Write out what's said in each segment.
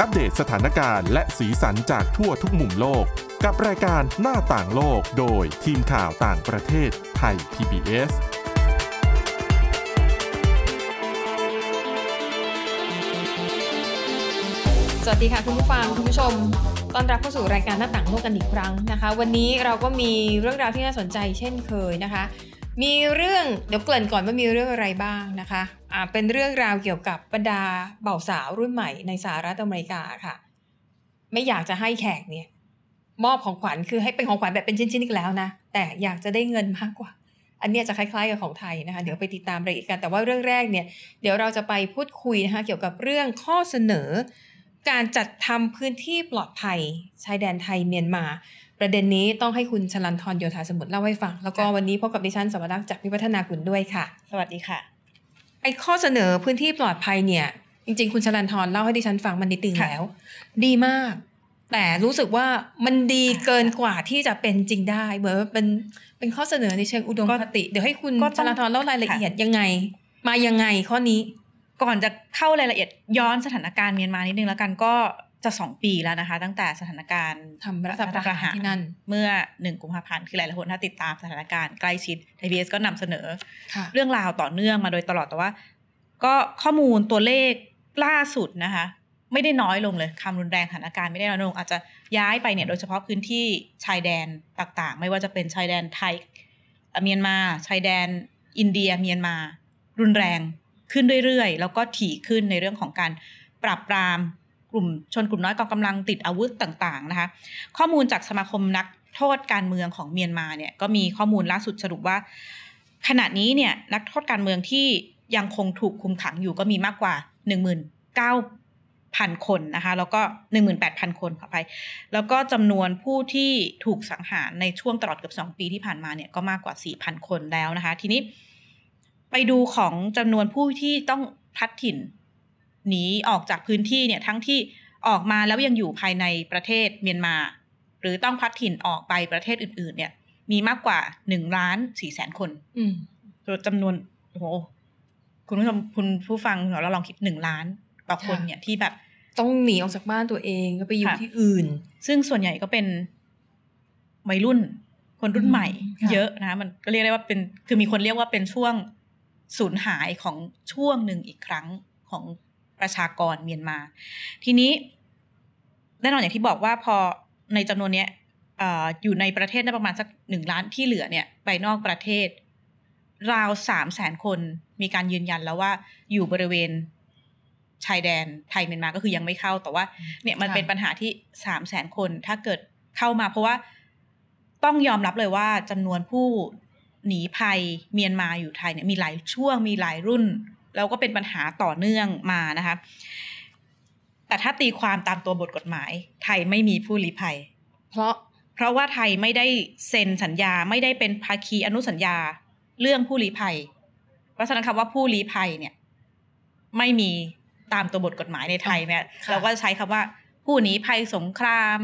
อัปเดตสถานการณ์และสีสันจากทั่วทุกมุมโลก กับรายการหน้าต่างโลกโดยทีมข่าวต่างประเทศไทย PBS สวัสดีค่ะคุณผู้ฟังคุณผู้ชมต้อนรับเข้าสู่รายการหน้าต่างโลกกันอีกครั้งนะคะ วันนี้เราก็มีเรื่องราวที่น่าสนใจเช่นเคยนะคะ มีเรื่องเดี๋ยวเกริ่นก่อนว่ามีเรื่องอะไรบ้างนะคะอ่าเป็นเรื่องราวเกี่ยวกับบรรดาเบ่าวสาวรุ่นใหม่ในสหรัฐอเมริกาค่ะ ไม่อยากจะให้แขกเนี่ยมอบของขวัญคือให้เป็นของขวัญแบบเป็นชิ้นๆอีกแล้วนะแต่อยากจะได้เงินมากกว่า อันเนี้ยจะคล้ายๆกับของไทยนะคะ เดี๋ยวไปติดตามรายละเอียดกันแต่ว่าเรื่องแรกเนี่ย เดี๋ยวเราจะไปพูดคุยนะคะเกี่ยวกับเรื่องข้อเสนอ การจัดทำพื้นที่ปลอดภัย ชายแดนไทยเมียนมา ประเด็นนี้ต้องให้คุณชลันทรโยธาสมุทรเล่าให้ฟัง แล้วก็วันนี้พบกับดิฉันสวรักษ์จากวิวัฒนาคุณด้วยค่ะ สวัสดีค่ะ ไอ้ข้อเสนอพื้นที่ปลอดภัยเนี่ย จริง ๆ คุณชลันทรเล่าให้ดิฉันฟังมันนิดนึง ค่ะ แล้ว ดีมาก แต่รู้สึกว่ามันดีเกินกว่าที่จะเป็นจริงได้เหมือนว่าเป็นเป็นข้อเสนอในเชิงอุดมคติ เดี๋ยวให้คุณ ก็ ช ต้อง ลันทรเล่ารายละ ค่ะ เอียดยังไง มายังไงข้อนี้ ก่อนจะเข้ารายละเอียดย้อนสถานการณ์เมียนมานิดนึงแล้วกันก็จะสองปีแล้วนะคะ ตั้งแต่สถานการณ์ ทำรัฐประหารที่นั่น เมื่อหนึ่งกุมภาพันธ์คือหลายๆคนถ้าติดตามสถานการณ์ใกล้ชิดไทยพีเอสก็นำเสนอ ค่ะ เรื่องราวต่อเนื่องมาโดยตลอดแต่ว่า ก็ข้อมูลตัวเลขล่าสุดนะคะ ไม่ได้น้อยลงเลยความรุนแรงสถานการณ์ไม่ได้น้อยลง อาจจะย้ายไปเนี่ยโดยเฉพาะพื้นที่ชายแดนต่างๆ ไม่ว่าจะเป็นชายแดนไทยเอ่อเมียนมาชายแดนอินเดียเมียนมา รุนแรงขึ้นเรื่อยๆ แล้วก็ถี่ขึ้นในเรื่องของการปราบปรามกลุ่มชนกลุ่มน้อยกองกำลังติดอาวุธต่างๆนะคะ ข้อมูลจากสมาคมนักโทษการเมืองของเมียนมาเนี่ยก็มีข้อมูลล่าสุดสรุปว่า ขณะนี้เนี่ยนักโทษการเมืองที่ยังคงถูกคุมขังอยู่ก็มีมากกว่า 19,000 คนนะคะ แล้วก็ 18,000 คนขออภัยแล้วก็จำนวนผู้ที่ถูกสังหารในช่วงตลอดเกือบ 2 ปีที่ผ่านมาเนี่ยก็มากกว่า 4,000 คนแล้วนะคะ ทีนี้ไปดูของจำนวนผู้ที่ต้องพลัดถิ่นหนีออกจากพื้นที่เนี่ยทั้งที่ออกมาแล้วยังอยู่ภายในประเทศเมียนมา หรือต้องพลัดถิ่นออกไปประเทศอื่น ๆ เนี่ย มีมากกว่า1ล้าน4แสนคน อืม จำนวนโอ้โหคุณผู้ชมคุณผู้ฟังเราลองคิดหนึ่งล้านต่อคน ค่ะ เนี่ยที่แบบ ต้องหนีออกจากบ้านตัวเองก็ไปอยู่ ค่ะ ที่อื่น ซึ่งส่วนใหญ่ก็เป็นวัยรุ่น คนรุ่นใหม่ อืมค่ะ เยอะนะมันก็เรียกได้ว่าเป็นคือมีคนเรียกว่าเป็นช่วงสูญหายของช่วงหนึ่งอีกครั้งของประชากรเมียนมา ทีนี้แน่นอนอย่างที่บอกว่าพอในจำนวนเนี้ยเอ่ออยู่ในประเทศได้ประมาณสักหนึ่งล้านที่เหลือเนี่ยไปนอกประเทศ ราวสามแสนคนมีการยืนยันแล้วว่าอยู่บริเวณชายแดนไทยเมียนมาก็คือยังไม่เข้าแต่ว่า เนี่ยมัน ค่ะ เป็นปัญหาที่สามแสนคนถ้าเกิดเข้ามา เพราะว่าต้องยอมรับเลยว่าจำนวนผู้หนีภัยเมียนมาอยู่ไทยเนี่ยมีหลายช่วงมีหลายรุ่น แล้วก็เป็นปัญหาต่อเนื่องมานะคะ แต่ถ้าตีความตามตัวบทกฎหมาย ไทยไม่มีผู้ลี้ภัย เพราะ เพราะว่าไทยไม่ได้เซ็นสัญญาไม่ได้เป็นภาคีอนุสัญญาเรื่องผู้ลี้ภัย เพราะฉะนั้นคำว่าผู้ลี้ภัยเนี่ย ไม่มีตามตัวบทกฎหมายในไทยเนี่ย ค่ะ เราก็จะใช้คำว่า ผู้หนีภัยสงคราม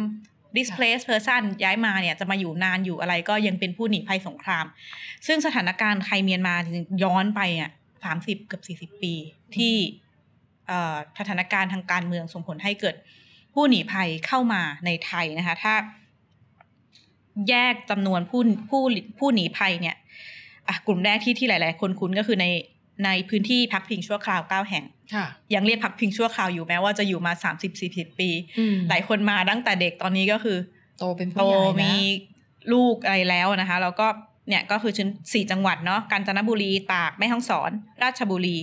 displaced person ย้ายมาเนี่ยจะมาอยู่นานอยู่อะไรก็ยังเป็นผู้หนีภัยสงคราม ซึ่งสถานการณ์ไทยเมียนมาจริงๆย้อนไปอ่ะสามสิบเกือบสี่สิบ40 ปี ที่เอ่อสถานการณ์ทางการเมืองส่งผลให้เกิดผู้หนีภัยเข้ามาในไทยนะคะ ถ้าแยกจำนวนผู้ผู้ผู้หนีภัยเนี่ยอ่ะกลุ่มแรกที่ที่หลาย ๆ คนคุ้นก็คือในในพื้นที่พักพิงชั่วคราวเก้าแห่ง ค่ะ ยังเรียกพักพิงชั่วคราวอยู่แม้ว่าจะอยู่มาสามสิบสี่สิบปี อืม หลายคนมาตั้งแต่เด็กตอนนี้ก็คือ โตเป็นผู้ โต ใหญ่นะ มีลูกอะไรแล้วนะคะแล้วก็เนี่ยก็คือชิ้นสี่จังหวัดเนาะกาญจนบุรีตากแม่ฮ่องสอน ราชบุรี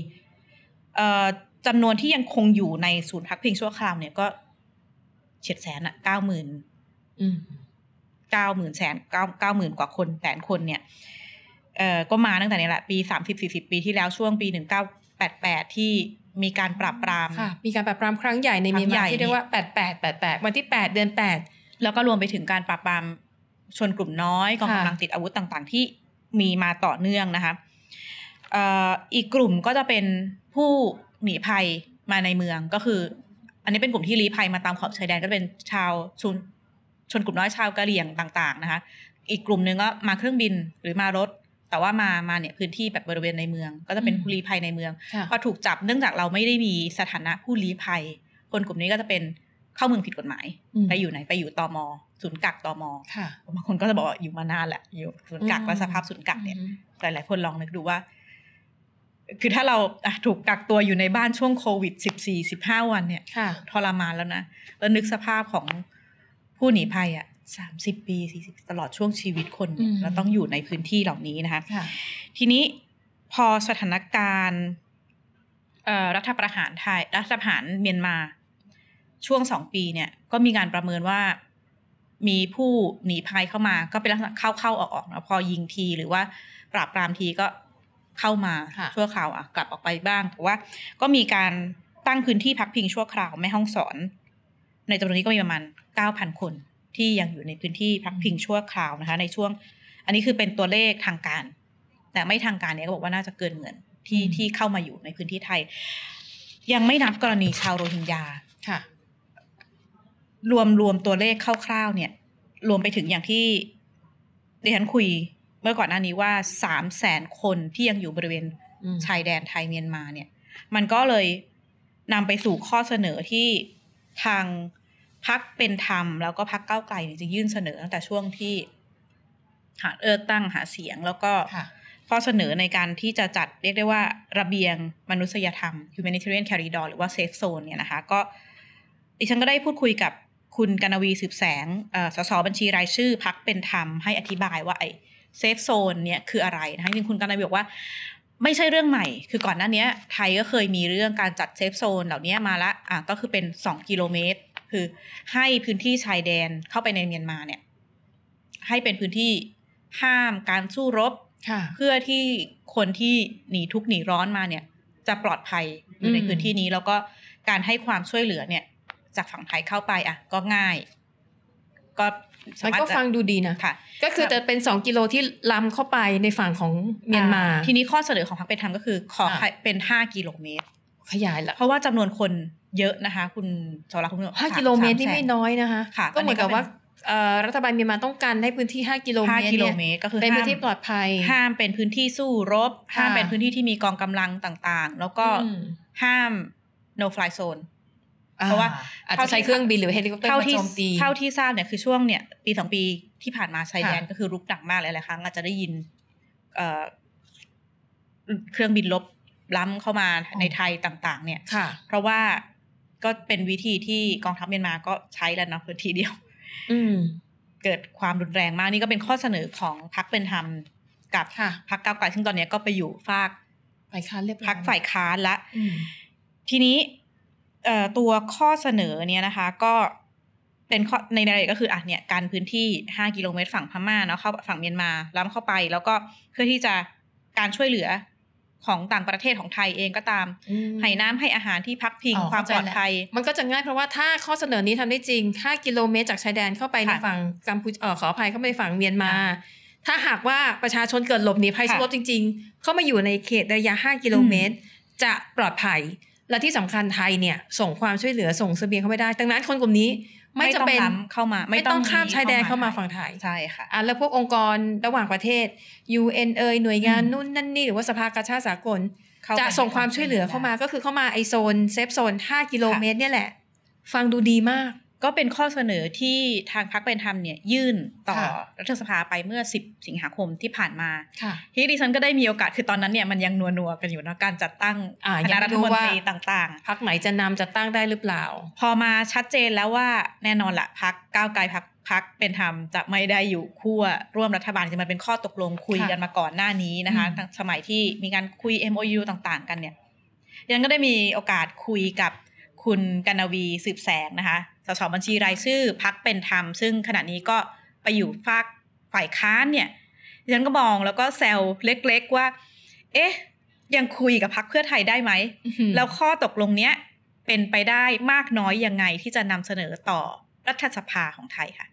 เอ่อจำนวนที่ยังคงอยู่ในศูนย์พักพิงชั่วคราวเนี่ยก็เฉียดแสนอะเก้าหมื่น อืม เก้าหมื่นแสนเก้าเก้าหมื่นกว่าคนแสนคนเนี่ยเอ่อก็มาตั้งแต่เนี่ยแหละปีสามสิบสี่สิบปีที่แล้วช่วงปีหนึ่งเก้าแปดแปดที่มีการปรับปราม ค่ะ มีการปราบปรามครั้งใหญ่ในเมียน ครั้งใหญ่ มาที่เรียกว่า 8 8 8 8 วันที่ 8 เดือน แล้วก็รวมไปถึงการปราบปรามชนกลุ่มน้อยกอง ค่ะ กำลังติดอาวุธต่างๆ ที่มีมาต่อเนื่องนะคะเอ่ออีกกลุ่มก็จะเป็นผู้หนีภัยมาในเมืองก็คือ อันนี้เป็นกลุ่มที่ลี้ภัยมาตามขอบชายแดนก็เป็นชาวชนชนกลุ่มน้อยชาวกะเหรี่ยงต่าง ๆนะคะ อีกกลุ่มหนึ่งก็มาเครื่องบินหรือมารถ แต่ว่ามามาเนี่ยพื้นที่แบบบริเวณในเมือง ก็จะเป็นผู้ลี้ภัยในเมือง 8 ค่ะ พอถูกจับเนื่องจากเราไม่ได้มีสถานะผู้ลี้ภัย คนกลุ่มนี้ก็จะเป็นเข้าเมืองผิดกฎหมาย ม ไปอยู่ไหนไปอยู่ตมศูนย์กักตม ค่ะ บางคนก็จะบอกว่าอยู่มานานแหละอยู่ศูนย์กัก อืม และสภาพศูนย์กักเนี่ย หลาย ๆ คนลองนึกดูว่า คือถ้าเราอ่ะถูกกักตัวอยู่ในบ้านช่วงโควิด 14 15 วันเนี่ย ค่ะ ทรมานแล้วนะ แล้วนึกสภาพของผู้หนีภัยอ่ะ 30 ปี 40 ตลอดช่วงชีวิตคนเนี่ย อืม เราต้องอยู่ในพื้นที่เหล่านี้นะคะ ค่ะ ทีนี้พอสถานการณ์เอ่อรัฐประหารไทยรัฐประหารเมียนมาช่วงสองปีเนี่ย ก็มีการประเมินว่า มีผู้หนีภัยเข้ามา ก็เป็นลักษณะเข้าเข้าออกออกนะพอยิงทีหรือว่าปราบปรามทีก็เข้ามา ค่ะ ชั่วคราวอ่ะกลับออกไปบ้างแต่ว่า ก็มีการตั้งพื้นที่พักพิงชั่วคราวแม่ห้องสอน ในจำนวนนี้ก็มีประมาณ 9,000 คนที่ยังอยู่ในพื้นที่พักพิงชั่วคราวนะคะ ในช่วง อันนี้คือเป็นตัวเลขทางการ แต่ไม่ทางการเนี่ยก็บอกว่าน่าจะเกินหมื่นที่ อืม ที่เข้ามาอยู่ในพื้นที่ไทย ยังไม่นับกรณีชาวโรฮิงญา ค่ะ รวมรวมตัวเลขคร่าวๆ เนี่ย รวมไปถึงอย่างที่ดิฉันคุยเมื่อก่อนหน้านี้ว่าสามแสนคนที่ยังอยู่บริเวณ อืม ชายแดนไทยเมียนมาเนี่ย มันก็เลยนำไปสู่ข้อเสนอที่ทางพักเป็นธรรม แล้วก็พักเก้าวไกลเนี่ยจะยื่นเสนอตั้งแต่ช่วงที่หาเลือกตั้งหาเสียง แล้วก็ ค่ะ ข้อเสนอในการที่จะจัดเรียกได้ว่าระเบียงมนุษยธรรม humanitarian corridor หรือว่า safe zone เนี่ยนะคะ ก็ดิฉันก็ได้พูดคุยกับคุณกนวีสืบแสงเอ่อสสบัญชีรายชื่อพักเป็นธรรมให้อธิบายว่าไอ เซฟโซนเนี่ยคืออะไรนะคะจริงๆคุณกันนายบอกว่า ไม่ใช่เรื่องใหม่ คือก่อนหน้าเนี้ย ไทยก็เคยมีเรื่องการจัดเซฟโซนเหล่านี้มาละอ่ะก็คือเป็น 2 กิโลเมตร คือให้พื้นที่ชายแดนเข้าไปในเมียนมาเนี่ย ให้เป็นพื้นที่ห้ามการสู้รบ ค่ะ เพื่อที่คนที่หนีทุกข์หนีร้อนมาเนี่ย จะปลอดภัยอยู่ใน อืม พื้นที่นี้ แล้วก็การให้ความช่วยเหลือเนี่ย จากฝั่งไทยเข้าไปอ่ะ ก็ง่าย ก็สา มัน มารถ ก็ จะ ฟังดูดีนะ ค่ะ ก็คือจะเป็น 2 กิโลที่ล้ำเข้าไปในฝั่งของเมียนมา อ่ทีนี้ข้อเสนอของพรรคเป็นธรรมก็คือขอ ค่ะ ให้เป็นห้ากิโลเมตร ขยายละ เพราะว่าจำนวนคนเยอะนะคะ คุณสวรักษ์คุณผู้ชม ห้า ส กิโลเมตรนี่ สาแส ไม่น้อยนะคะ ค่ะ ก็เหมือนกับ อันนี้ก็เป็น ว่าเอ่อรัฐบาลเมียนมาต้องการให้พื้นที่ 5 กิโลเม ห้า ตร กิโล เนี่ย เมตรก็คือ เป็นพื้น ห้าม ที่ปลอดภัย ห้ามเป็นพื้นที่สู้รบ ค่ะ ห้ามเป็นพื้นที่ที่มีกองกำลังต่างๆ แล้วก็ อืม ห้าม no fly zone เพราะว่า อ่อาจจะใช้เครื่องบินหรือเฮลิคอปเตอร์ เท่า มา ที่ โจมตี เท่าที่ทราบเนี่ยคือช่วงเนี่ยปีสองปีที่ผ่านมาชายแดน ค่ะ ก็คือรุกหนักมากหลายๆครั้งอาจจะได้ยินเอ่อเครื่องบินลบล้ำเข้ามา อ๋อ ในไทยต่าง ๆ เนี่ย ค่ะ เพราะว่าก็เป็นวิธีที่กองทัพเมียนมาก็ใช้แล้วเนาะพื้นที่เดียว อืม เกิดความรุนแรงมากนี่ก็เป็นข้อเสนอของพรรคเป็นธรรมกับ ค่ะ พรรคก้าวไกลซึ่งตอนเนี้ยก็ไปอยู่ฝาก ฝ่ายค้านเรียบร้อย พรรคฝ่ายค้านละ อืม ทีนี้เอ่อตัวข้อเสนอเนี่ยนะคะ ก็เป็นข้อในรายละเอียดก็คืออ่ะเนี่ยการพื้นที่ 5 กิโลเมตรฝั่งพม่าเนาะเข้าฝั่งเมียนมาล้ำเข้าไป แล้วก็เพื่อที่จะการช่วยเหลือของต่างประเทศของไทยเองก็ตาม อืม ให้น้ำให้อาหารที่พักพิง อ๋อ ความ เข้าใจปลอด แล้ว ภัย มันก็จะง่ายเพราะว่าถ้าข้อเสนอนี้ทำได้จริง 5 กิโลเมตรจากชายแดนเข้าไปใน ค่ะ ฝั่งกัมพูชเออขออภัยเข้าไปฝั่งเมียนมา ถ้าหากว่าประชาชนเกิดหลบหนีภัย ค่ะ สู้รบจริง ๆ เข้ามาอยู่ในเขตระยะ 5 กิโลเมตร จะปลอดภัย และที่สำคัญไทยเนี่ย ส่งความช่วยเหลือส่งเสบียงเข้าไม่ได้ ดังนั้นคนกลุ่มนี้ไม่ ไม่ต้ จะ อง เป็น ล้ำเข้ามาไม่ ไม่ ต้ ต้ อ อง งข้ามชายแดนเข้า เข้า มา มา ฝั่งไทย ใช่ค่ะ อ่ะแล้วพวกองค์กรระหว่างประเทศ UN เอยหน่วยงาน อืม นู่นนั่นนี่หรือว่าสภากาชาติสากล เข้าไป จะส่งความช่วยเหลือเข้ามาก็คือเข้ามาไอโซนเซฟโซน 5 กิโลเมตรเนี่ยแหละ ฟังดูดีมาก ก็เป็นข้อเสนอที่ทางพรรคเป็นธรรมเนี่ยยื่นต่อ ค่ะ รัฐสภาไปเมื่อ 10 สิงหาคมที่ผ่านมา ค่ะ ทีนี้ดิฉันก็ได้มีโอกาสคือตอนนั้นเนี่ยมันยังนัวนัวๆกันอยู่เนอะการจัดตั้ง อ่า ค ยัง ณะ ไม่ รั รู้ ฐมน ว่า ตรีต่าง พักไหนจะนำจะตั้งได้หรือเปล่า ๆ พอมาชัดเจนแล้วว่าแน่นอนละพักก้าวไกลพักพักเป็นธรรมจะไม่ได้อยู่คู่วร่วมรัฐบาลจะมันเป็นข้อตกลงคุย ค่ะ กันมาก่อนหน้านี้นะคะ อืม ตั้งสมัยที่มีการคุย MOU ต่างๆ กันเนี่ยดิฉันก็ได้มีโอกาสคุยกับคุณกนวีสืบแสงนะคะสสบัญชีรายชื่อพักเป็นธรรม ซึ่งขณะนี้ก็ไปอยู่ฝากฝ่ายค้านเนี่ย ดิฉันก็มองแล้วก็แซวเล็กๆว่า เอ๊ะ ยังคุยกับพักเพื่อไทยได้ไหม แล้วข้อตกลงเนี้ยเป็นไปได้มากน้อยยังไงที่จะนำเสนอต่อรัฐสภาของไทยค่ะ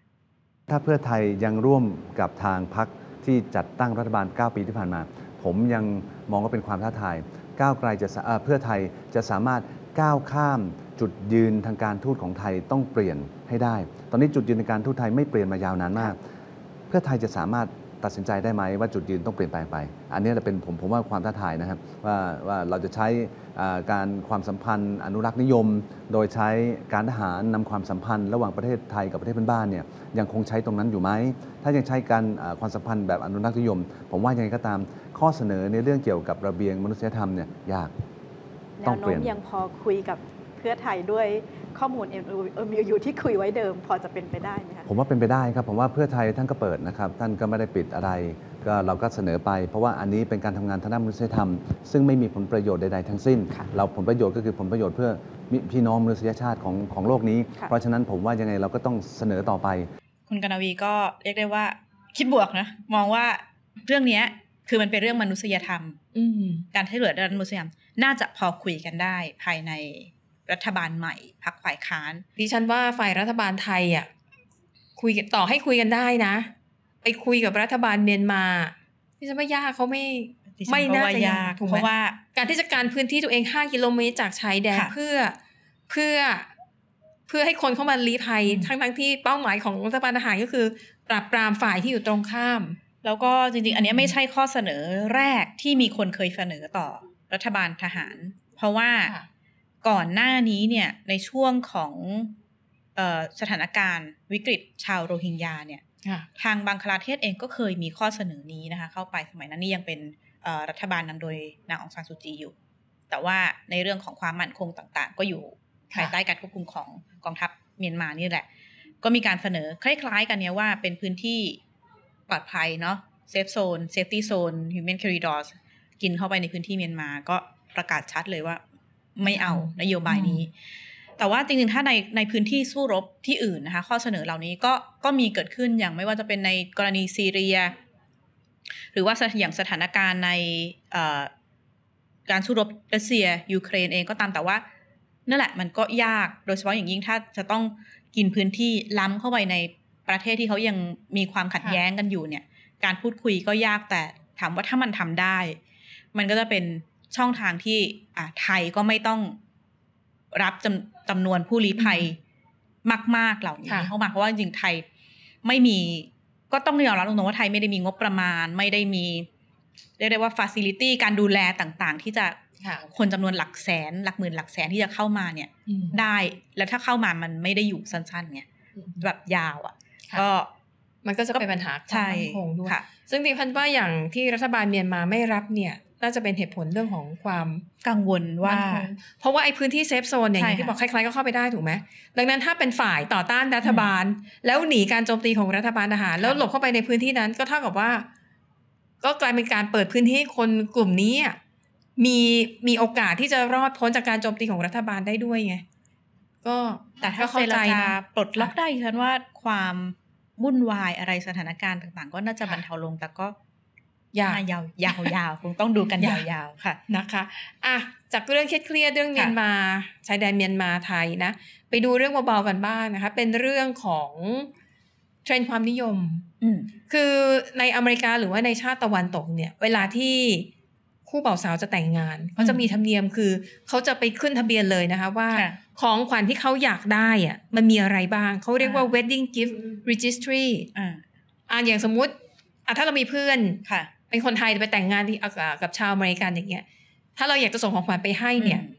ถ้าเพื่อไทยยังร่วมกับทางพรรคที่จัดตั้งรัฐบาล 9 ปีที่ผ่านมา ผมยังมองว่าเป็นความท้าทายก้าวไกลจะสาเอ่อเพื่อไทยจะสามารถก้าวข้ามจุดยืนทางการทูตของไทยต้องเปลี่ยนให้ได้ ตอนนี้จุดยืนทางการทูตไทยไม่เปลี่ยนมายาวนานมาก เพื่อไทยจะสามารถ ตัดสินใจได้ไหมว่าจุดยืนต้องเปลี่ยนแปลงไป อันนี้แหละเป็นผมผมว่าความท้าทายนะครับว่าว่าเราจะใช้อ่าการความสัมพันธ์อนุรักษ์นิยม โดยใช้การทหารนำความสัมพันธ์ ระหว่างประเทศไทยกับประเทศเพื่อนบ้านเนี่ยยังคงใช้ตรงนั้นอยู่ไหม ถ้ายังใช้การอ่าความสัมพันธ์แบบอนุรักษ์นิยม ผมว่ายังไงก็ตามข้อเสนอในเรื่องเกี่ยวกับระเบียงมนุษยธรรมเนี่ยยาก แน ต้อง ว เปลี่ยโน้ม น ยังพอคุยกับเพื่อไทยด้วยข้อมูล MOU ที่คุยไว้เดิม พอจะเป็นไปได้ไหมคะ ผมว่าเป็นไปได้ครับ ผมว่าเพื่อไทยท่านก็เปิดนะครับ ท่านก็ไม่ได้ปิดอะไร ก็เราก็เสนอไป เพราะว่าอันนี้เป็นการทำงานทางด้านมนุษยธรรม ซึ่งไม่มีผลประโยชน์ใดๆทั้งสิ้น ค่ะ เราผลประโยชน์ก็คือผลประโยชน์เพื่อพี่น้องมนุษยชาติของของโลกนี้ ค่ะ เพราะฉะนั้นผมว่ายังไงเราก็ต้องเสนอต่อไป คุณกนวีก็เรียกได้ว่าคิดบวกนะ มองว่าเรื่องเนี้ยคือมันเป็นเรื่องมนุษยธรรม อืม การให้เหลือด้านมนุษยธรรมน่าจะพอคุยกันได้ภายในรัฐบาลใหม่พักฝ่ายค้าน ดิฉันว่าฝ่ายรัฐบาลไทยอ่ะคุยกันต่อให้คุยกันได้นะ ไปคุยกับรัฐบาลเมียนมาดิฉันว่ายากเขาไม่ ดิฉั ไม่ ก็ น่า ว่ จะยากถูก เพ ไหม ราะว่า การที่จะการพื้นที่ตัวเอง 5 กิโลเมตรจากชายแดน ค่ะ เพื่อเพื่อเพื่อให้คนเข้ามาลี้ภัย อืม ทั้งทั้งที่เป้าหมายของรัฐบาลทหารก็คือ ปราบปรามฝ่ายที่อยู่ตรงข้าม แล้วก็จริงๆ อันเนี้ยไม่ใช่ข้อเสนอแรกที่มีคนเคยเสนอต่อรัฐบาลทหาร เพราะว่า ค่ะ ก่อนหน้านี้เนี่ยในช่วงของเออสถานการณ์วิกฤตชาวโรฮิงญาเนี่ย ค่ะ ทางบังคลาเทศเองก็เคยมีข้อเสนอนี้นะคะ เข้าไปสมัยนั้นนี่ยังเป็นเอ่อรัฐบาลนำโดยนางองซานซูจีอยู่ แต่ว่าในเรื่องของความมั่นคงต่างๆ ก็อยู่ ค่ะ ภายใต้การควบคุมของกองทัพเมียนมานี่แหละ ก็มีการเสนอคล้ายๆกันเนี่ยว่าเป็นพื้นที่ปลอดภัยเนาะเซฟโซนเซฟตี้โซนฮิวแมนคอริดอร์กินเข้าไปในพื้นที่เมียนมาก็ประกาศชัดเลยว่า ไม่เอานโยบายนี้ แต่ว่าจริงๆ ถ้าในในพื้นที่สู้รบที่อื่นนะคะ ข้อเสนอเหล่านี้ก็ก็มีเกิดขึ้นอย่างไม่ว่าจะเป็นในกรณีซีเรีย หรือว่าสถอย่างสถานการณ์ในเอ่อการสู้รบรัสเซียยูเครนเองก็ตามแต่ว่า นั่นแหละมันก็ยากโดยเฉพาะอย่างยิ่งถ้าจะต้องกินพื้นที่ล้ำเข้าไปในประเทศที่เขายังมีความขัด ค่ะ แย้งกันอยู่เนี่ย การพูดคุยก็ยากแต่ถามว่าถ้ามันทำได้ มันก็จะเป็นช่องทางที่อ่ะไทยก็ไม่ต้องรับจำจำนวนผู้ลี้ภัยมาก ๆ เหล่านี้ ค่ะ เข้ามาเพราะว่าจริงๆไทยไม่มีก็ต้องยอมรับตรงๆว่าไทยไม่ได้มีงบประมาณ ไม่ได้มีเรียกได้ว่าฟาซิลิตี้การดูแลต่างๆ ที่จะ ค่ะ คนจำนวนหลักแสน หลักหมื่นหลักแสนที่จะเข้ามาเนี่ย อืม ได้ แล้วถ้าเข้ามามันไม่ได้อยู่สั้นๆไงแบบยาวอ่ะ ค่ะ ก็ มันก็จะเป็นปัญหาความ ใช่ มั่นคงด้วย ค่ะ ซึ่งดิฉันว่าอย่างที่รัฐบาลเมียนมาไม่รับเนี่ย น่าจะเป็นเหตุผลเรื่องของความ กังวลว่า มั่นคงเพราะว่าไอ้พื้นที่เซฟโซนเนี่ยอ ใช่ ย่างที่ ค่ะ บอกใครๆก็เข้าไปได้ถูกไหมดังนั้นถ้าเป็นฝ่ายต่อต้านรัฐบาล แล้วหนีการโจมตีของรัฐบาลทหาร แล้วหลบเข้าไปในพื้นที่นั้นก็เท่ากับว่า ก็กลายเป็นการเปิดพื้นที่ให้คนกลุ่มนี้อะมีมีโอกาสที่จะรอดพ้นจากการโจมตีของรัฐบาลได้ด้วยไงก็ แต่ถ้า ก็เข้าใจ เจรจา นะ ปลดล็อกได้ฉันว่าความวุ่นวายอะไรสถานการณ์ต่างๆ ก็น่าจะบรรเทาลงแต่ก็ ยาก น่ยาวยาวยาวคงต้องดูกันยาวๆค่ะ นะคะอ่ะจากเรื่องเครียดๆเรื่องเมียนมาชายแดนเมียนมาไทยนะ ไปดูเรื่องเบาๆกันบ้างนะคะ เป็นเรื่องของเทรนด์ความนิยม อืม คือในอเมริกาหรือว่าในชาติตะวันตกเนี่ย เวลาที่คู่บ่าวสาวจะแต่งงานเขาจะมีธรรมเนียมคือเขาจะไปขึ้นทะเบียนเลยนะคะว่า ค่ะ ของขวัญที่เขาอยากได้อะมันมีอะไรบ้าง เขาเรียกว่า อ่า wedding gift registry อ่า อ่าอย่างสมมุติอ่ะถ้าเรามีเพื่อน ค่ะ เป็นคนไทยไปแต่งงานที่อ่ะกับชาวอเมริกันอย่างเงี้ย ถ้าเราอยากจะส่งของขวัญไปให้เนี่ย อืม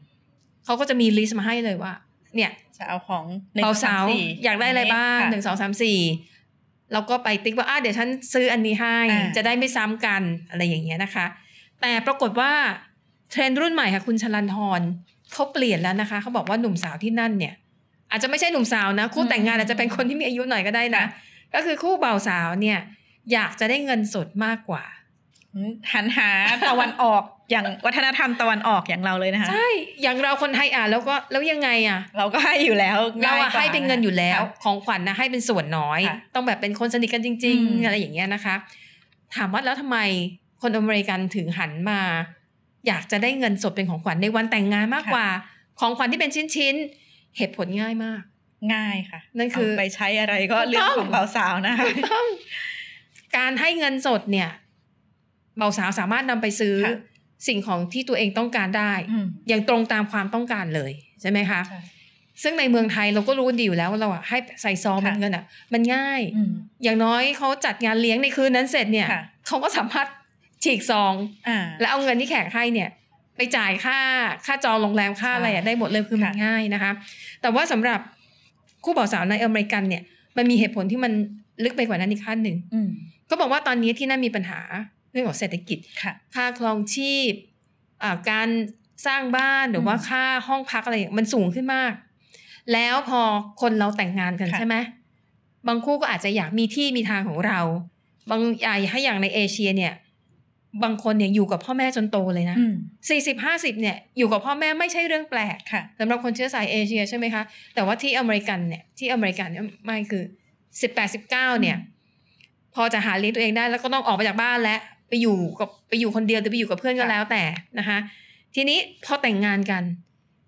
เขาก็จะมีลิสต์มาให้เลยว่า เนี่ย จะเอาของ เบาสาว หนึ่งงมสี่ อยากได้อะไรบ้าง ค่ะ หนึ่งสองสามสี่แล้วก็ไปติ๊กว่าอ่ะเดี๋ยวฉันซื้ออันนี้ให้ อ่า จะได้ไม่ซ้ำกันอะไรอย่างเงี้ยนะคะ แต่ปรากฏว่าเทรนด์รุ่นใหม่ค่ะคุณชลันทรเขาเปลี่ยนแล้วนะคะเขาบอกว่าหนุ่มสาวที่นั่นเนี่ย อาจจะไม่ใช่หนุ่มสาวนะ คู่แต่งงานอาจจะเป็นคนที่มีอายุหน่อยก็ได้นะ ก็คือคู่บ่าวสาวเนี่ย อยากจะได้เงินสดมากกว่า อืมหันหาตะวันออกอย่างวัฒนธรรมตะวันออกอย่างเราเลยนะคะ ใช่ อย่างเราคนไทยอ่านแล้วก็แล้วยังไงอ่ะ เราก็ให้อยู่แล้ว เรา ง่ย อะ กว่ ให้เป็นเงินอยู่แล้ว ค่ะ ของขวัญนะให้เป็นส่วนน้อย ค่ะ ต้องแบบเป็นคนสนิทกันจริง อืม ๆ อะไรอย่างเงี้ยนะคะ ถามว่าแล้วทำไมคนอเมริกันถึงหันมา อยากจะได้เงินสดเป็นของขวัญในวันแต่งงานมากกว่า ของขวัญที่เป็นชิ้นๆเหตุผลง่ายมาก ง่ายค่ะ นั่นคือ เาไปใช้อะไรก็เรื่อง ถูกต้อของ งเบาสาวนะคะ ต้องการให้เงินสดเนี่ยเบาวสาวสามารถนำไปซื้อ ค่ะ สิ่งของที่ตัวเองต้องการได้ อืม อย่างตรงตามความต้องการเลยใช่ไหมคะ ใช่ ซึ่งในเมืองไทยเราก็รู้กันดีอยู่แล้วว่าเราอะให้ใส่ซอง ค่ะ เป็นเงินอะมันง่าย อืม อย่างน้อยเขาจัดงานเลี้ยงในคืนนั้นเสร็จเนี่ย ค่ะ เขาก็สามารถฉีกซอง อ่า แล้วเอาเงินที่แขกให้เนี่ย ไปจ่ายค่าค่าจองโรงแรมค่าอะไรอะ ใช่ ได้หมดเลยคือมัน ค่ะ ง่ายนะคะ แต่ว่าสำหรับคู่บ่าวสาวในอเมริกันเนี่ย มันมีเหตุผลที่มันลึกไปกว่านั้นอีกขั้นหนึ่ง อืม ก็บอกว่าตอนนี้ที่นั่นมีปัญหาเรื่องของเศรษฐกิจ ค่ะ ค่าครองชีพอ่าการสร้างบ้านหรือว่า อืม ค่าห้องพักอะไรอย่างมันสูงขึ้นมาก แล้วพอคนเราแต่งงานกัน ค่ะ ใช่ไหมบางคู่ก็อาจจะอยากมีที่มีทางของเรา บางอย่าให้อย่างในเอเชียเนี่ย บางคนเนี่ยอยู่กับพ่อแม่จนโตเลยนะ อืม สี่สิบห้าสิบเนี่ยอยู่กับพ่อแม่ไม่ใช่เรื่องแปลก ค่ะ สำหรับคนเชื้อสายเอเชียใช่ไหมคะ แต่ว่าที่อเมริกันเนี่ยที่อเมริกันเนี่ยไม่คือสิบแปดสิบเก้าเนี่ย พอจะหาเลี้ยงตัวเองได้แล้วก็ต้องออกไปจากบ้านแล้วไปอยู่กับไปอยู่คนเดียวหรือไปอยู่กับเพื่อนก็ ค่ะ แล้วแต่นะคะ ทีนี้พอแต่งงานกัน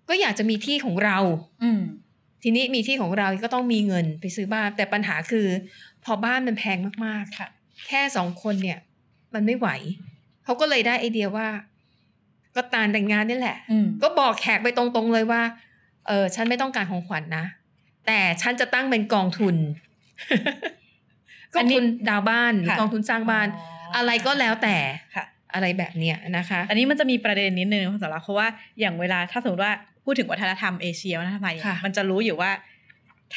ก็อยากจะมีที่ของเรา อืม ทีนี้มีที่ของเราก็ต้องมีเงินไปซื้อบ้าน แต่ปัญหาคือ พอบ้านมันแพงมากๆ ค่ะ แค่สองคนเนี่ย มันไม่ไหวเขาก็เลยได้ไอเดียว่า ก็ตานแต่งงานนี่แหละ อืม ก็บอกแขกไปตรงๆเลยว่า เออฉันไม่ต้องการของขวัญนะ แต่ฉันจะตั้งเป็นกองทุน กองทุนดาวบ้านหรือกองทุนสร้างบ้าน อ อะไรก็แล้วแต่ ค่ะ อะไรแบบเนี้ยนะคะ อันนี้มันจะมีประเด็นนิดนึงคุณสาระเพราะว่าอย่างเวลาถ้าสมมติว่าพูดถึงวัฒนธรรมเอเชียวัฒนธรรมไทย ค่ะ มันจะรู้อยู่ว่า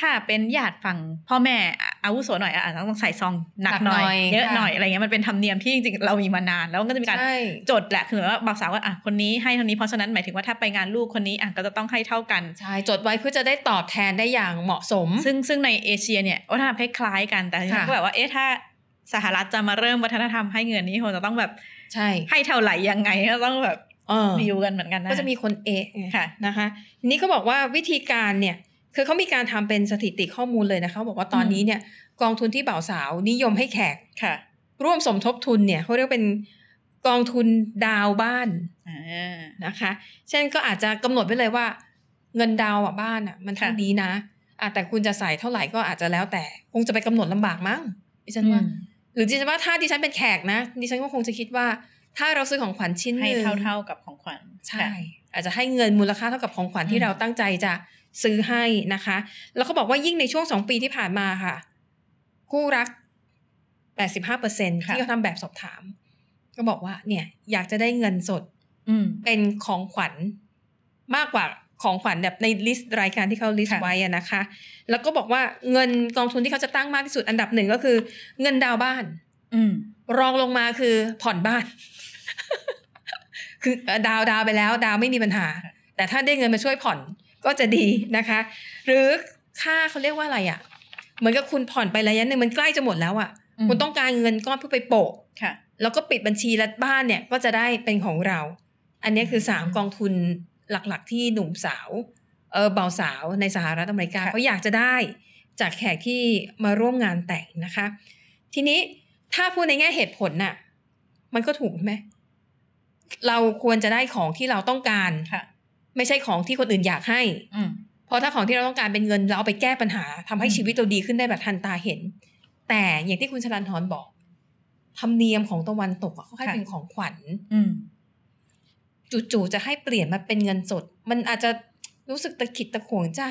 ถ้าเป็นญาติฝั่งพ่อแม่อ่ะอาวุโสหน่อยอ่ะอาจจะต้องใส่ซองหนัก หนัก ห หน่อน่อยย เยอะ ค่ะ หน่อยอะไรเงี้ยมันเป็นธรรมเนียมที่จริงๆเรามีมานานแล้วมันก็จะมีการ ใช่ จดแหละคือหมายว่าบ่าวสาวว่าอ่ะคนนี้ให้เท่านี้เพราะฉะนั้นหมายถึงว่าถ้าไปงานลูกคนนี้อ่ะก็จะต้องให้เท่ากัน ใช่จดไว้เพื่อจะได้ตอบแทนได้อย่างเหมาะสม ซึ่งซึ่งในเอเชียเนี่ยวัฒนธรรมคล้ายๆกันแต่ทีนี้ ค่ะ ก็แบบว่าเอ๊ะถ้าสหรัฐจะมาเริ่มวัฒนธรรมให้เงินนี่คงจะต้องแบบ ใช่ ให้เท่าไหร่ยังไงก็ต้องแบบ เออ ดีลกันเหมือนกันนะ ก็จะมีคนเอะไง ค่ะ นะคะทีนี่ก็บอกว่าวิธีการเนี่ยคือเขามีการทำเป็นสถิติข้อมูลเลยนะคะเขาบอกว่าตอน อืม นี้เนี่ย กองทุนที่บ่าวสาวนิยมให้แขก ค่ะ ร่วมสมทบทุนเนี่ยเขาเรียกเป็นกองทุนดาวบ้าน อ่า นะคะ เช่นก็อาจจะกำหนดไว้เลยว่า เงินดาวอะบ้านอ่ะมันเท่า ค่ะ นี้นะอ่ะแต่คุณจะใส่เท่าไหร่ก็อาจจะแล้วแต่คงจะไปกำหนดลำบากมั้งดิฉันว่า อืม หรือดิฉันว่าถ้าดิฉันเป็นแขกนะดิฉันก็คงจะคิดว่า ถ้าเราซื้อของขวัญชิ้นห ให้ นึ่ง เท่าๆกับของขวัญ ใช่ ค่ะ อาจจะให้เงินมูลค่าเท่ากับของขวัญ อืม ที่เราตั้งใจจะซื้อให้นะคะ แล้วเขาบอกว่ายิ่งในช่วงสองปีที่ผ่านมาค่ะ คู่รัก 85%ที่เขาทำแบบสอบถาม ก็บอกว่าเนี่ย อยากจะได้เงินสด อืม เป็นของขวัญมากกว่าของขวัญแบบในลิสต์รายการที่เขาลิสต์ ค่ะ ไว้อะนะคะ แล้วก็บอกว่าเงินกองทุนที่เขาจะตั้งมากที่สุดอันดับหนึ่งก็คือ เงินดาวน์บ้าน อืม รองลงมาคือผ่อนบ้าน คือเอ่อดาวดาวไปแล้ว ดาวไม่มีปัญหา แต่ถ้าได้เงินมาช่วยผ่อนก็จะดีนะคะ หรือค่าเขาเรียกว่าอะไรอะ่ะ เหมือนกับคุณผ่อนไประยะหนึ่งมันใกล้จะหมดแล้วอะ่ะ อืม คุณต้องการเงินก้อนเพื่อไปโปะ ค่ะ แล้วก็ปิดบัญชีและบ้านเนี่ยก็จะได้เป็นของเรา อันเนี้ยคือสาม อืม กองทุนหลักๆ ที่หนุ่มสาวเออเบาวสาวในสหรัฐอเมริกา ค่ะ เขาอยากจะได้จากแขกที่มาร่วมงานแต่งนะคะ ทีนี้ถ้าพูดในแง่เหตุผลน่ะ มันก็ถูกไหมเราควรจะได้ของที่เราต้องการ ค่ะ ไม่ใช่ของที่คนอื่นอยากให้ อืม เพราะถ้าของที่เราต้องการเป็นเงินเราเอาไปแก้ปัญหาทำให้ อืม ชีวิตเราดีขึ้นได้แบบทันตาเห็น แต่อย่างที่คุณชลันทรบอกธรรมเนียมของตะวันตกอะเขาให้เป็นของขวัญ อืม จู่ๆจะให้เปลี่ยนมาเป็นเงินสด มันอาจจะรู้สึกตะขิดตะขวงใจ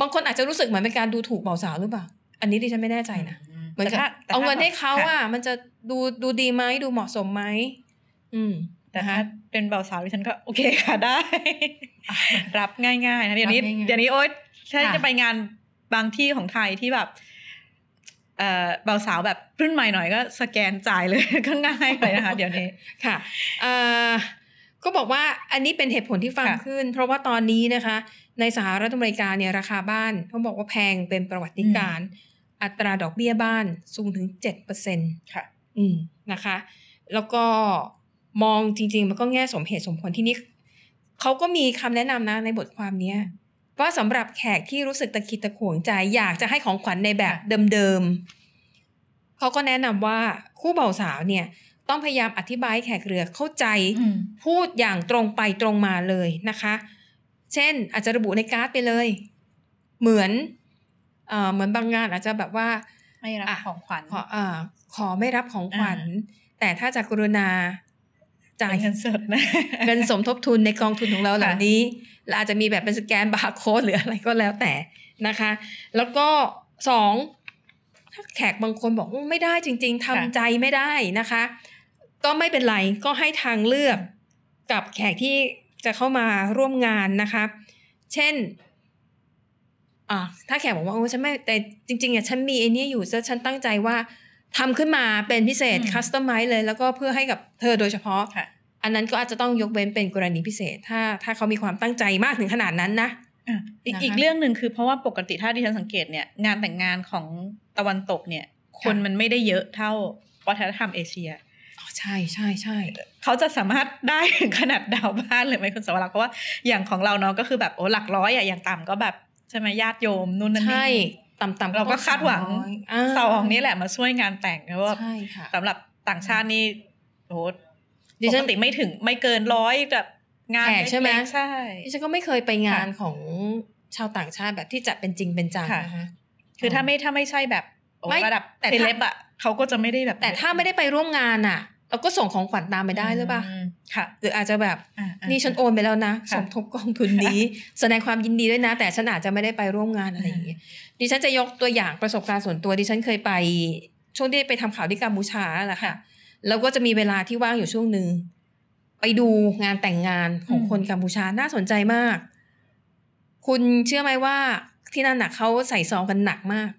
บางคนอาจจะรู้สึกเหมือนเป็นการดูถูกเบาสาวหรือเปล่า อันนี้ดิฉันไม่แน่ใจนะเหมือนกับเอาเงินให้เขาอ่ะ มันจะดูดูดีไหมดูเหมาะสมไหมอืม แต่ นะ ถ้า คะ เป็นบ่าวสาวดิฉันก็โอเคค่ะได้ รับง่ายๆนะเดี๋ยวนี้ รับง่ายๆ เดี๋ยวนี้โอ๊ยถ้า ค่ะ จะไปงานบางที่ของไทยที่แบบเอ่อบ่าวสาวแบบรุ่นใหม่หน่อยก็สแกนจ่ายเลย ก็ง่ายไปนะคะ เดี๋ยวนี้ ค่ะเอ่อก็บอกว่าอันนี้เป็นเหตุผลที่ฟัง ค่ะ ขึ้น เพราะว่าตอนนี้นะคะ ในสหรัฐอเมริกาเนี่ยราคาบ้านเขาบอกว่าแพงเป็นประวัติการณ์อัตราดอกเบี้ยบ้านสูงถึงเจ็ดเปอร์เซ็นต ค่ะ อืมนะคะ แล้วก็มองจริง ๆ มันก็แง่สมเหตุสมผลที่นี่เขาก็มีคำแนะนำนะในบทความเนี้ยว่าสำหรับแขกที่รู้สึกตะขิดตะขวงใจ อยากจะให้ของขวัญในแบบเดิมๆเขาก็แนะนำว่าคู่บ่าวสาวเนี่ย ต้องพยายามอธิบายให้แขกเรือเข้าใจ อืม พูดอย่างตรงไปตรงมาเลยนะคะ เช่นอาจจะระบุในการ์ดไปเลย เหมือนเอ่อเหมือนบางงานอาจจะแบบว่า ไม่รับ อ่ะ ของขวัญ ขอเอ่อขอไม่รับของขวัญแต่ถ้าจะกรุณา จ่าย เป็นเงินสดนะ เงินสมทบทุนในกองทุนของเราเหล่านี้และอาจจะมีแบบเป็นสแกนบาร์โค้ดหรืออะไรก็แล้วแต่นะคะ แล้วก็สองถ้าแขกบางคนบอกไม่ได้จริง ๆทำ ค่ะ ใจไม่ได้นะคะ ก็ไม่เป็นไรก็ให้ทางเลือกกับแขกที่จะเข้ามาร่วมงานนะคะ เช่น อ่ะถ้าแขกบอกว่าโอ้ฉันไม่แต่จริงๆอ่ะฉันมีไอ้เนี่ยอยู่แล้วฉันตั้งใจว่าทำขึ้นมาเป็นพิเศษ อืม คัสตอมไมซ์เลย แล้วก็เพื่อให้กับเธอโดยเฉพาะ ค่ะ อันนั้นก็อาจจะต้องยกเว้นเป็นกรณีพิเศษ ถ้าถ้าเขามีความตั้งใจมากถึงขนาดนั้นนะ อ่ะอีก นะคะ อีกเรื่องหนึ่งคือเพราะว่าปกติถ้าดิฉันสังเกตเนี่ยงานแต่งงานของตะวันตกเนี่ย คน ค่ะ มันไม่ได้เยอะเท่าวัฒนธรรมเอเชีย อ๋อใช่ใช่ใช่ เขาจะสามารถได้ ถึงขนาดดาวบ้านเลยไหมคุณสวรักษ์เพราะว่าอย่างของเราเนาะก็คือแบบโอ้หลักร้อยอะอย่างต่ำก็แบบใช่ไหมญาติโยมนู่นนั่น ใช่ นี่ ต่ำๆ เราก็คาดหวัง ส เสา อ ข ง องนี้แหละมาช่วยงานแต่งเพราะว่า ใช่ค่ะ สำหรับต่างชาตินี่โอ้โห ดิ ป ฉั ก น ติไม่ถึงไม่เกินร้อยแบบงาน แขกใช่ไหม เล็ๆใช่ ดิฉันก็ไม่เคยไปงานของชาวต่างชาติแบบที่จัดเป็นจริงเป็นจัง ค่ะ นะคะ คือถ้าไม่ถ้าไม่ใช่แบบโอ้ ไม่ ระดับ แต่ เซ ถ้า เลบอะเขาก็จะไม่ได้แบบ แต่ถ้าไม่ได้ไปร่วมงานอ่ะ เราก็ส่งของขวัญตามไปได้หรือเปล่า มค่ะ หรืออาจจะแบบ อ่าอ่า นี่ฉันโอนไปแล้วนะ ค่ะ สมทบกองทุนนี้ แสดงความยินดีด้วยนะ แต่ฉันอาจจะไม่ได้ไปร่วมงานอะไรอย่างเงี้ยดิฉันจะยกตัวอย่างประสบการณ์ส่วนตัวดิฉันเคยไป ช่วงที่ไปทำข่าวที่กัมพูชาแหละค่ะ ค่ะ แล้วก็จะมีเวลาที่ว่างอยู่ช่วงหนึ่งไปดูงานแต่งงานของ อืม คนกัมพูชาน่าสนใจมาก คุณเชื่อไหมว่าที่นั่นน่ะเขาใส่ซองกันหนักมาก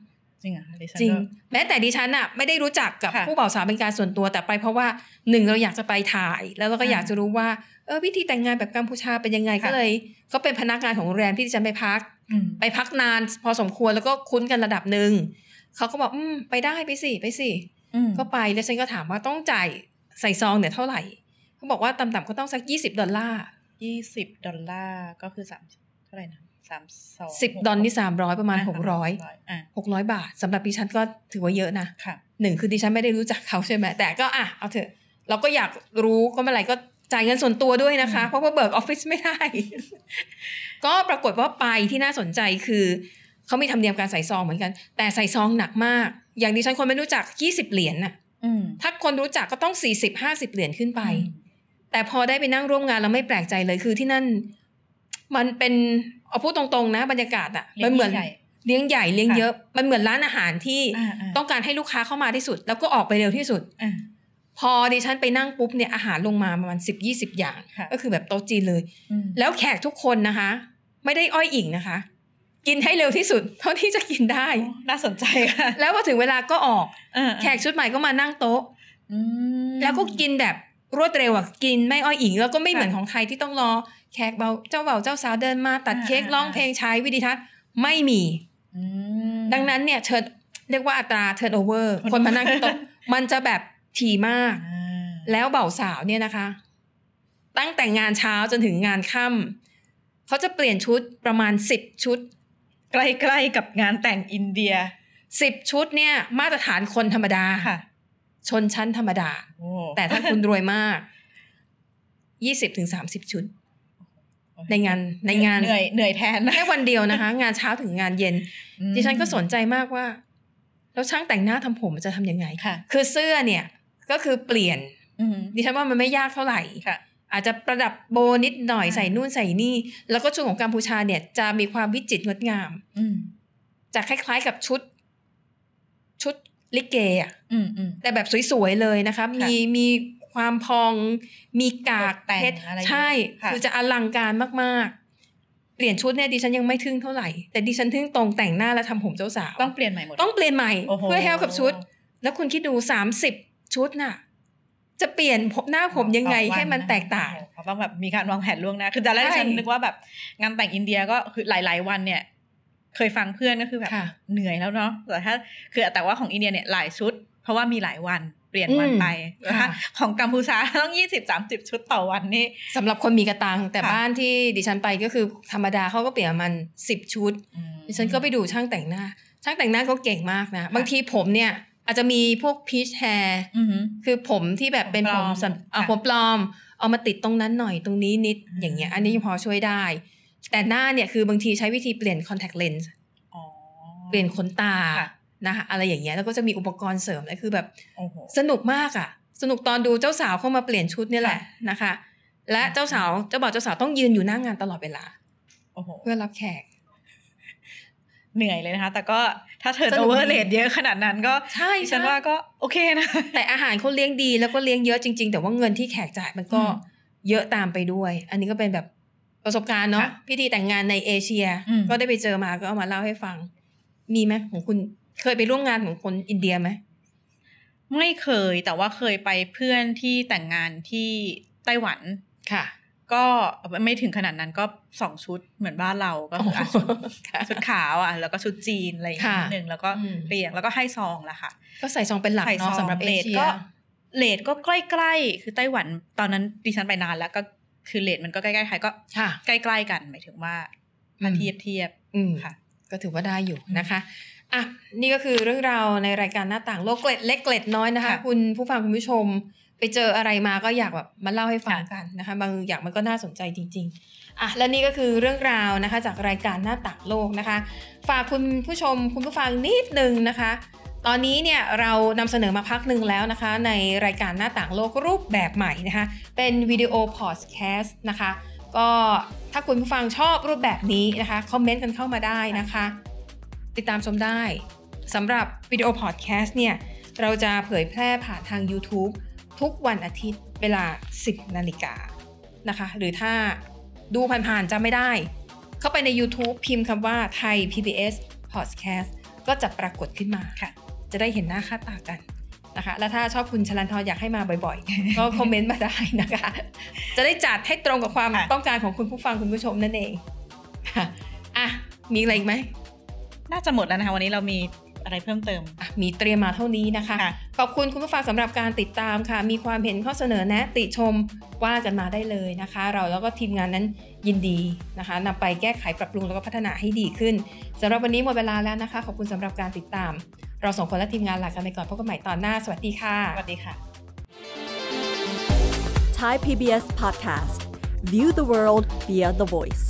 จริงเหรอคะดิฉัน จริง ก็ แม้แต่ดิฉันอะไม่ได้รู้จักกับ ค่ะ ผู้บ่าวสาวเป็นการส่วนตัวแต่ไปเพราะว่าหนึ่งเราอยากจะไปถ่าย แล้วเราก็ อ่า อยากจะรู้ว่าเออวิธีแต่งงานแบบกัมพูชาเป็นยังไง ค่ะ ก็เลยเขาเป็นพนักงานของโรงแรมที่ดิฉันไปพัก อืม ไปพักนานพอสมควรแล้วก็คุ้นกันระดับหนึ่งเขาก็บอกอืมไปได้ไปสิไปสิก็ไปแล้วฉันก็ถามว่าต้องจ่ายใส่ซองเนี่ยเท่าไหร่เขาบอกว่าต่ำๆก็ต้องสักยี่สิบดอลลาร์ ยี่สิบดอลลาร์ก็คือสามเท่าไหร่นะสามสอง สิบดอลนี่สามร้อยประมาณหกร้อย อ่ะ หกร้อยบาทสำหรับดิฉันก็ถือว่าเยอะนะ ค่ะ หนึ่งคือดิฉันไม่ได้รู้จักเขาใช่ไหมแต่ก็อ่ะเอาเถอะเราก็อยากรู้ก็ไม่เป็นไรก็จ่ายเงินส่วนตัวด้วยนะคะ อืม เพราะว่าเบิกออฟฟิศไม่ได้ ก็ปรากฏว่าไปที่น่าสนใจคือ เขามีธรรมเนียมการใส่ซองเหมือนกัน แต่ใส่ซองหนักมาก อย่างดิฉันคนไม่รู้จัก 20 เหรียญน่ะ อืม ถ้าคนรู้จักก็ต้อง 40 50 เหรียญขึ้นไป ไป แต่พอได้ไปนั่งร่วมงานเราไม่แปลกใจเลยคือที่นั่น มันเป็นเอาพูดตรงๆนะบรรยากาศอ่ะมันเหมือนเลี้ยงใหญ่เลี้ยง ค่ะ เยอะมันเหมือนร้านอาหารที่ ต้ ต้ อ องงการให้ลูกค้าเข้ามาที่สุด แล้วก็ออกไปเร็วที่สุด อ่า พอดิฉันไปนั่งปุ๊บเนี่ยอาหารลงมาประมาณสิบยี่สิบอย่าง ค่ะ ก็คือแบบโต๊ะจีนเลย อืม แล้วแขกทุกคนนะคะ ไม่ได้อ้อยอิ่งนะคะ กินให้เร็วที่สุด เท่าที่จะกินได้ โอ้น่าสนใจค่ะ แล้วพอถึงเวลาก็ออก อ่า แขกชุดใหม่ก็มานั่งโต๊ะ อืม แล้วก็กินแบบรวดเร็วอะกินไม่อ้อยอิงแล้วก็ไม่เหมือน ค่ะ ของไทยที่ต้องรอแขกเบาเจ้าเบ่าวเจ้าสาวเดินมาตัด อ่า เค้ก อ่า ร้องเพลงใช้วิดีทัศน์ไม่มี อืม ดังนั้นเนี่ยเชิญเรียกว่าอัตราเทิร์นโอเวอร์ คน คนมานั่งที่ โต๊ะมันจะแบบถี่มาก อ่า แล้วเบ่าวสาวเนี่ยนะคะ ตั้งแต่งานเช้าจนถึงงานค่ำเขาจะเปลี่ยนชุดประมาณ 10 ชุด ใกล้ๆกับงานแต่งอินเดีย 10 ชุดเนี่ยมาตรฐานคนธรรมดา ค่ะ ชนชั้นธรรมดา โอ้ แต่ถ้าคุณรวยมาก 20-30 ชุด ในงานในงาน เหนื่อยเหนื่อยแทนนะ แค่วันเดียวนะคะ งานเช้าถึงงานเย็น อืม ดิฉันก็สนใจมากว่า แล้วช่างแต่งหน้าทำผมจะทำยังไง ค่ะ คือเสื้อเนี่ยก็คือเปลี่ยน อืม ดิฉันว่ามันไม่ยากเท่าไหร่ ค่ะ อาจจะประดับโบนิดหน่อย อ่า ใส่นู่นใส่นี่ แล้วก็ชุดของกัมพูชาเนี่ยจะมีความวิจิตรงดงาม อืม จะคล้ายๆกับชุด ชุดลิเกอะ อืมอืม แต่แบบสวยๆเลยนะคะ มีมีความพอง มีกาก ตกแต่ง เพชร อะไรอย่างเงี้ย ใช่ ค่ะ คือจะอลังการมากๆ เปลี่ยนชุดเนี่ยดิฉันยังไม่ทึ่งเท่าไหร่ แต่ดิฉันทึ่งตรงแต่งหน้าและทำผมเจ้าสาว ต้องเปลี่ยนใหม่หมด ต้องเปลี่ยนใหม่ โโห เพื่อให้เข้ากับชุด แล้วคุณคิดดูสามสิบชุดน่ะ จะเปลี่ยนผมหน้าผมยังไง ต่อวัน ให้มันแตกต่าง โอ้โหเขาต้องแบบมีการวางแผนล่วงหน้า คือตอนแรก ใช่ ฉันนึกว่าแบบงานแต่งอินเดียก็คือหลาย ๆ วันเนี่ย เคยฟังเพื่อนก็คือแบบ ค่ะ เหนื่อยแล้วเนาะ แต่ถ้าคือแต่ว่าของอินเดียเนี่ยหลายชุด เพราะว่ามีหลายวันเปลี่ยนวันไป อืม แต่ถ้า ค่ะ ของกัมพูชาต้องยี่สิบสามสิบชุดต่อวันนี่ สำหรับคนมีกระตัง แต่ ค่ะ บ้านที่ดิฉันไปก็คือธรรมดาเขาก็เปลี่ยนมันสิบชุด ดิฉันก็ไปดูช่างแต่งหน้า ช่างแต่งหน้าเขาเก่งมากนะ บางทีผมเนี่ย อาจจะมีพวกพีชแฮร์ อือหือ คือผมที่แบบเป็นผ ผม มปลอม สันอ่ะ ค่ะ ผมปลอม เอามาติดตรงนั้นหน่อยตรงนี้นิด อืม อย่างเงี้ย อันนี้ยังพอช่วยได้ แต่หน้าเนี่ยคือบางทีใช้วิธีเปลี่ยนคอนแทคเลนส์ อ๋อ เปลี่ยนขนตา ค่ะ นะคะอะไรอย่างเงี้ยแล้วก็จะมีอุปกรณ์เสริมอะไรคือแบบ โอ้โห สนุกมากอ่ะ สนุกตอนดูเจ้าสาวเข้ามาเปลี่ยนชุดเนี่ยแหละนะคะ และเจ้าสาวเจ้าบ่าวเจ้าสาวต้องยืนอยู่หน้างงานตลอดเวลา โอ้โห เพื่อรับแขก เหนื่อยเลยนะคะ แต่ก็ถ้าเธอ สนุดีโอกเวอร์เลดเยอะขนาดนั้นก็ ใช่ ดิฉันว่าก็โอเคนะ แต่อาหารเขาเลี้ยงดีแล้วก็เลี้ยงเยอะจริง ๆ แต่ว่าเงินที่แขกจ่ายมันก็ อืม เยอะตามไปด้วย อันนี้ก็เป็นแบบประสบการณ์เนาะ ค่ะ พิธีแต่งงานในเอเชีย อืม ก็ได้ไปเจอมาก็เอามาเล่าให้ฟัง มีไหมของคุณเคยไปร่วมงานของคนอินเดียไหม ไม่เคยแต่ว่าเคยไปเพื่อนที่แต่งงานที่ไต้หวัน ค่ะ ก็ไม่ถึงขนาดนั้นก็สองชุดเหมือนบ้านเราก็คืออ่ะชุด ค่ะ ชุดขาวอ่ะแล้วก็ชุดจีนอะไรอย่างเงี้ค่ะยนิดนึงแล้วก็ อืม เรียงแล้วก็ให้ซองละค่ะ ก็ใส่ซองเป็นหลัก ใส่ซอง เนาะสำหรับเอ เลท เชีย ก็ เลทก็ใกล้ๆคือไต้หวันตอนนั้นดิฉันไปนานแล้วก็คือเลทมันก็ใกล้ๆไทยก็ ค่ะ ใกล้ๆกันหมายถึงว่ามา อืม เทียบเทียบ อืม ๆค่ะ ก็ถือว่าได้อยู่นะคะอ่ะนี่ก็คือเรื่องราวในรายการหน้าต่างโลกเกล็ดเล็กเกล็ดน้อยนะคะ ค่ะ คุณผู้ฟังคุณผู้ชม ไปเจออะไรมาก็อยากแบบมาเล่าให้ฟัง ค่ะ กันนะคะ บางอย่างมันก็น่าสนใจจริง ๆอ่ะและนี่ก็คือเรื่องราวนะคะ จากรายการหน้าต่างโลกนะคะ ฝากคุณผู้ชมคุณผู้ฟังนิดนึงนะคะ ตอนนี้เนี่ยเรานำเสนอมาพักหนึ่งแล้วนะคะ ในรายการหน้าต่างโลกรูปแบบใหม่นะคะ เป็นวิดีโอพอดแคสต์นะคะ ก็ถ้าคุณผู้ฟังชอบรูปแบบนี้นะคะ คอมเมนต์กันเข้ามาได้นะคะ ติดตามชมได้สำหรับวิดีโอพอดแคสต์เนี่ย เราจะเผยแพร่ผ่านทาง YouTube ทุกวันอาทิตย์เวลา 10 นาฬิกานะคะ หรือถ้าดูผ่านๆจะไม่ได้ เข้าไปใน YouTube พิมพ์คำว่าไทย PBS Podcast ก็จะปรากฏขึ้นมา ค่ะ จะได้เห็นหน้าค่าตากันนะคะ แล้วถ้าชอบคุณชลันทรอยากให้มาบ่อยๆ ก็คอมเมนต์มาได้นะคะ จะได้จัดให้ตรงกับความ ค่ะ ต้องการของคุณผู้ฟังคุณผู้ชมนั่นเอง ค่ะอ่ะ มีอะไรอีกไหม น่าจะหมดแล้วนะคะวันนี้เรามีอะไรเพิ่มเติม อ่ะมีเตรียมมาเท่านี้นะคะ ค่ะ ขอบคุณคุณผู้ฟังสำหรับการติดตามค่ะ มีความเห็นข้อเสนอแนะติชมว่ากันมาได้เลยนะคะ เราแล้วก็ทีมงานนั้นยินดีนะคะนำไปแก้ไขปรับปรุงแล้วก็พัฒนาให้ดีขึ้นสำหรับวันนี้หมดเวลาแล้วนะคะ ขอบคุณสำหรับการติดตาม เราสองคนและทีมงานลากันไปก่อนพบกันใหม่ตอนหน้าสวัสดีค่ะ สวัสดีค่ะ Thai PBS podcast. View the world via the voice.